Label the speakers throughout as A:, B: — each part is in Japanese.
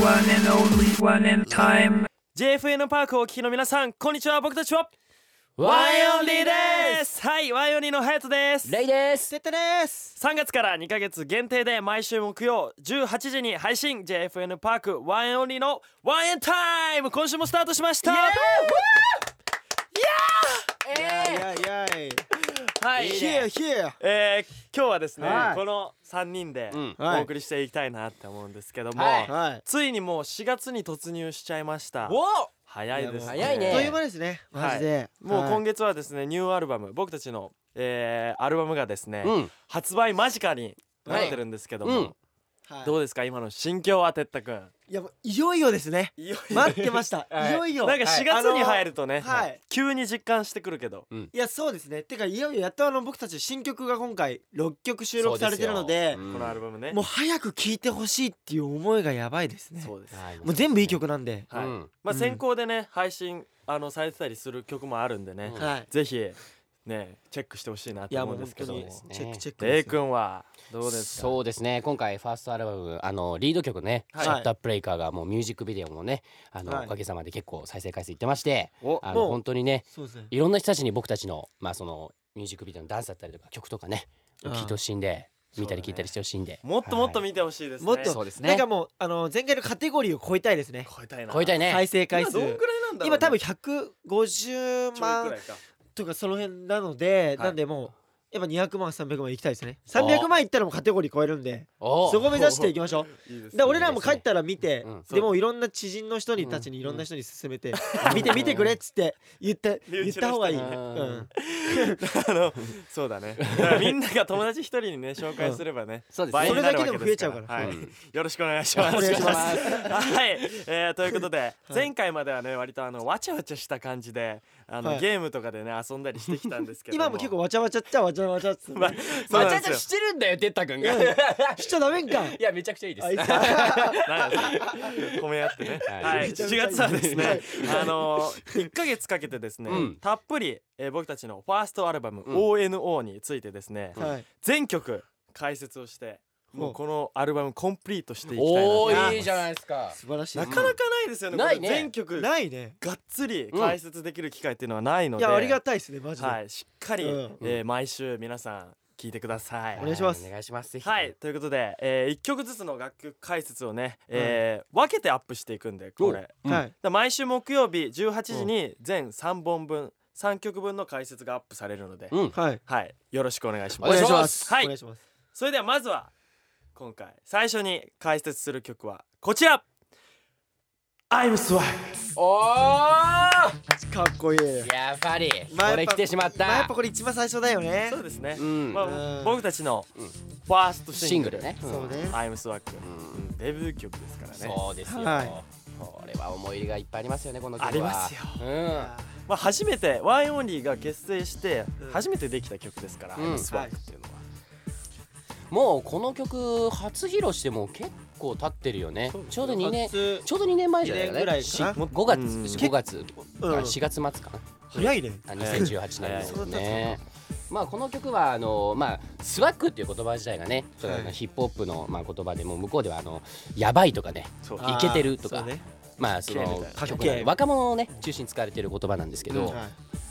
A: One and only one and time.
B: JFN パークをお聞きの皆さんこんにちは僕たちは
C: ワイオンリーです
B: はいワイオンリーのハヤトです
C: レイです
B: 3月から2ヶ月限定で毎週木曜18時に配信 JFN パークワンエンオンリーのワンエンタイム今週もスタートしました
D: やいやい。
B: はい、
D: Here here。
B: えー、今日はですね、
D: はい
B: この3人で
C: ん
B: お送りしていきたいなって思うんですけども、
C: はい
D: はい。
B: ついにもう4月に突入しちゃいました早いですね
C: いやもう早いね
D: という間ですね。マジで。
B: もう今
D: 月。
B: 月はですねニューアルバム僕たちの、えー、アルバムがですね、
C: うん
B: 発売間近になってるんですけども、
C: はいうん
D: はい
B: どうですか今の心境はてったくん
D: いやもういよいよです ね。
B: いよ
D: 待ってました。いよいよ。
B: なんか4月に入
D: る。
B: るとね、
D: はい
B: 急に実感してくるけど、
D: いやそうですね。てかいよいよやっとあの僕たち新曲が今回6曲収録されてるので
C: そう、
B: このアルバムね
D: もう早く聴いてほしいっていう思いがやばいですね。
B: そうです、
C: はい
D: もう全部いい曲なんで。
B: はい
C: うん
B: まあ、
D: うん
B: 先行でね配信あのされてたりする曲もあるんでね、
C: うん
D: はい。
B: ぜひねチェックしてほしいなっ
D: い
B: て
D: や
B: 思
D: も
B: う
D: うん
B: で
D: 本
B: すけ
D: 当
B: ど
D: に
B: も
D: チェックチェック
B: デ
D: で
B: イ
D: すよ。
B: 君はどうですか
C: そうですね今回ファーストアルバムあのリード曲ね「
D: はい
C: シャッタープレイカー」がもうミュージックビデオもねあの、
D: はい
C: おかげさまで結構再生回数いってまして
B: お
C: あ
D: も
C: の
D: う
C: 本当にね
D: そうですね。
C: いろんな人たちに僕たちのまあそのミュージックビデオのダンスだったりとか曲とかね
D: うん
C: 聴いてほしいんで、
B: うだね
C: 見たり聴いたりしてほしいんで
B: もっともっと
C: はい
B: 見てほしいですね、
D: もっと
C: そうですね
D: なんかもうあの前回のカテゴリーを超えたいですね。
B: 超えたいな
C: 超えたいね、
D: 再生回
B: 今
D: 数。
B: どんくらいなんだろうね、
D: 今多分
B: ち
D: 150
B: ょいく
D: 万
B: らいか
D: とかその辺なので、
B: はい
D: なんでもうやっぱ200万300万いきたいですね300万いったらもうカテゴリー超えるんで
C: お
D: そこ目指していきましょ
B: いいです
D: う
B: ね
D: で俺らも帰ったら見て
C: うん
D: でもういろんな知人の人にたちにいろんな人に勧めて見て見てくれっつって言った言った方がいい、
B: 身
D: う
C: 内の人に
D: ん、
B: あのそうだね。だからみんなが友達一人に ね紹介すればね。
C: そうです
B: 倍
C: ね
B: に
D: そ
B: な
D: れだ
B: る
D: け
B: わ
D: でも増えちゃうから
B: ですはい
C: うん
B: よろしくお願いします。
D: お 願いします
B: はい、えーということで、前回まではね割とあのわちゃわちゃした感じで、あの、
D: はい
B: ゲームとかでね遊んだりしてきたんですけど
D: 今も結構わちゃわちゃっちゃわちゃわちゃっつっ て、
B: まあそう
C: ま
B: な
C: あ
B: ん
C: ちゃ
B: で
C: ん
B: す
C: と
B: よ。
C: してるんだよてったくんが
D: う
C: い
D: んしちゃダメんか
C: やめちゃくちゃいいです
D: あい
B: な
D: つ
B: んですよ褒め合ってね。
C: はい
B: はい、7月はです
D: は
B: ね
D: い、
B: あの1ヶ月かけてですね
C: うん、
B: たっぷりえー僕たちのファーストアルバム
C: ん
B: ONO についてです ね、
D: はい
B: 全曲解説をしてもうこのアルバムコンプリートしていきたいなと
C: お
B: 思いま
C: ー
B: す
C: いいじゃないですか
D: 素晴らしい
B: なかなかないですよね,、
C: ないね
B: 全曲が
D: ないね
B: っつり解説できる機会っていうのはないの
D: い
B: で、
D: やありがたいですねマジで、
B: はいしっかり、
D: うん
B: えー毎週皆さん聞いてください
D: お願いします
C: お願いしますぜひ
B: はいということで、え1曲ずつの楽曲解説をね、えー分けてアップしていくんでこれ、だか
C: うん
D: はい
B: ら毎週木曜日18時に全3本分3曲分の解説がアップされるので、
C: うん
D: はい
B: はいよろしくお願いし
C: お
B: ます
C: 願いします
B: はい
D: お願いします
B: それではまずは今回最初に解説する曲はこちら I'm Swag
C: おー
D: かっこいい
C: やっぱり
D: まあ
C: こ
D: や
C: れ
D: っぱ
C: 来てしまっ
D: まあやったぱこれ一番最初だよね
B: そうですね、
C: うん
B: ま
D: う
B: あ、
D: ん
B: 僕たちのファースト
C: シ
B: シ
C: ン
B: ン
C: グ
B: グル
C: ルね
D: そうね
B: I'm Swag、うんデビュー曲ですからね
C: そうですよ
D: はい
C: これは思い入れがいっぱいありますよねこの曲は
B: ありますよ
C: うん
B: まあ、初めて Y オンリーが結成して
D: うん
B: 初めてできた曲ですから、
C: う
B: I'm
C: ん
B: Swag っていうのは、
C: もうこの曲初披露してもう結構経ってるよねちょうど2年
D: 初
C: ちょうど2年前じゃないか
D: 二年ぐらい
C: ね
D: か
C: し
D: な
C: もう5月
B: うん
C: 5月あ
D: うん
C: 4月末かな
D: 早いね
C: あ2018年ですね。まあこの曲はあのまあスワックっていう言葉自体がね、その
D: はい
C: ヒップホップのまあ言葉でもう向こうではあのやばいとかね、
B: そう
C: イケてるとか、
D: そうね
C: まあそ
B: かっけーみ
C: の
B: たいな
C: 各
D: かっけー
C: 若者をね中心に使われている言葉なんですけど、
B: うん
D: はい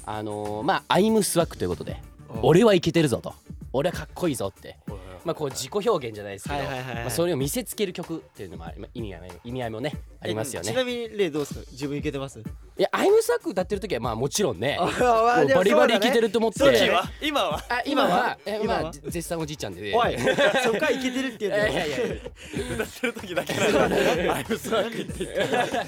C: あのまあアイムスワックということで、俺はイケてるぞと、俺はかっこいいぞって。まあこう自己表現じゃないですけど、
D: はいはいはいはい
C: まあそれを見せつける曲っていうのもあり意味合いも意味合いもねありますよ
D: ちな
C: ね。
D: みに例どうですか自分いけてます
C: いやアイムスワック歌ってる時はまあもちろんね、
D: あ
C: も
D: まあ
C: う
D: でも
C: バリバリ
D: そ
C: イ
D: うだね
C: ケてると思って。
B: どっちは今は
C: あ今はえ
D: 今は
C: まあ絶賛おじいちゃんで
D: おい そこはいけてるって言
C: いうやい
D: んだ
C: やい
D: よ
C: やいや
B: 歌ってる時だけなんで I'm Swag って言って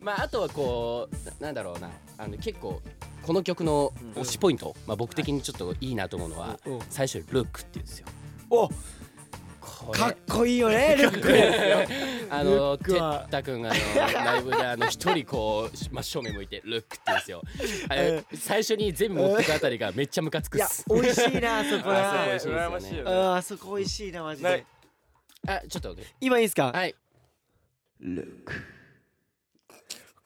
C: まああとはこうななんだろうなあの結構この曲の推しポイント、まあ僕的にちょっといいなと思うのは、
D: うん
C: 最初にルックって言うんですよ
D: お
C: こ
D: かっ
C: れ
D: こいいよ ねルック
C: あの
D: ルック
C: て
D: は
C: ったくんがあのライブであの一人こう真正面向いてルックって言うんですよあれ最初に全部持ってくあたりがめっちゃムカつく
D: い
C: っ
D: や
C: す
D: 美味しいなあそこ
C: あそう
D: は
C: 美味し
B: 羨まし
C: いですよね
B: いよ
D: あ
B: ね
D: ーあそこ美味しいなマジで
B: ね
C: あちょっと待って
D: 今いいですか
C: はい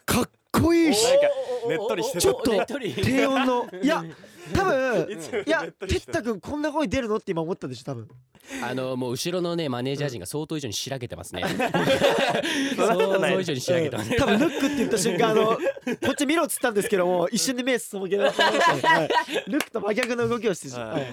D: かっこいいし
B: なんかねっとりして
C: おー
B: る
C: おーおーねっとり
D: 低音のいや多分
B: いつ
D: いや
B: ねっとり
D: 哲
B: した
D: 太君こんな声出るのって今思ったでしょ多分
C: あのもう後ろのねマネージャー陣が相当以上にしらけてますね
B: そ
C: 相
B: んなことない
C: 当以上にしらけてますね
D: 多分ルックって言った瞬間あの こっち見ろっつったんですけども一瞬で目そむけられてましたねはいルックと真逆の動きをしてしまう
B: は
D: はいい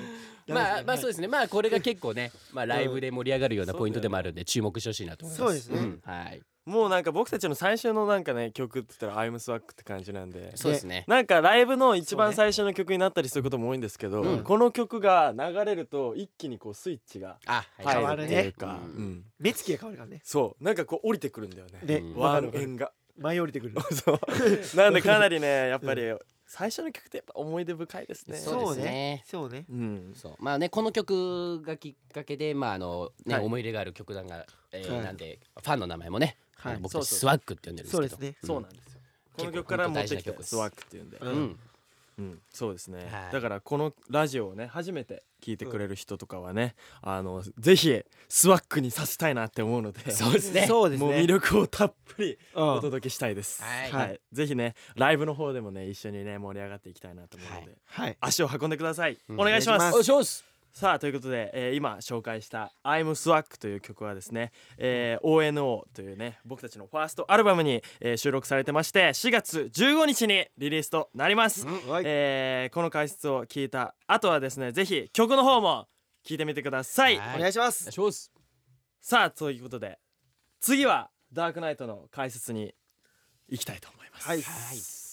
C: まあまあそう
D: う
C: ですねまあこれが結構ねまあライブで盛り上がるようなポイントでもあるんで注目してほしいなと思いま
D: そ
C: す
D: うですね
C: んはい
B: もうなんか僕たちの最初のなんかね曲って言ったら「アイムスワックって感じなんで
C: そうですね
B: なんかライブの一
D: そう
B: 番
D: ね
B: 最初の曲になったりすることも多いんですけど、
C: うん
B: この曲が流れると一気にこうスイッチが
C: あ
D: 変わ
B: 入
D: る
B: る
D: ね
B: っていうか、
C: うん
B: うん
D: 目つきが変わるからね
B: そうなんかこう降りてくるんだよね
D: で
C: うん
D: わ
B: ワ
D: か
B: ン
D: るわか
B: エ
D: る
B: ンが
D: 前降りてくる
B: そうなんでかなりねやっぱり最初の曲ってやっぱ思い出深いですね
D: そう
C: そうですね
D: そうね
B: うん
C: そうまあねこの曲がきっかけでまああのね
B: はい
C: 思い入れがある曲団がえー
D: はい
C: なんでファンの名前もね
D: はい
C: あの僕
B: そう
C: たち
B: そう
C: スワッグって呼んでるんです
D: そうで
C: けど
D: すね
B: そうなんですよこの曲から持ってきてスワックっていうんで、
D: う
C: うんん
B: うん、そうですね、
C: はい
B: だからこのラジオをね初めて聞いてくれる人とかはね、あのぜひスワックにさせたいなって思うので
C: そうですね
D: そうですね
B: もう魅力をたっぷり
D: うん
B: お届けしたいです、
C: はい
B: ぜひねライブの方でもね一緒にね盛り上がっていきたいなと思うので、
C: は
D: は
C: い
D: い
B: 足を運んでください、
C: うん
B: お願いしま
D: お願
B: す
D: いし
C: おしょす
B: さあということで、えー今紹介した「I'm Swag」という曲はですね、えー ONO というね僕たちのファーストアルバムに、えー収録されてまして4月15日にリリースとなります、
D: はい
B: えーこの解説を聞いた後はですねぜひ曲の方も聞いてみてください、
D: お願いします
C: します
B: さあということで次は「ダークナイト」の解説に行きたいと思います、
D: はい
C: はい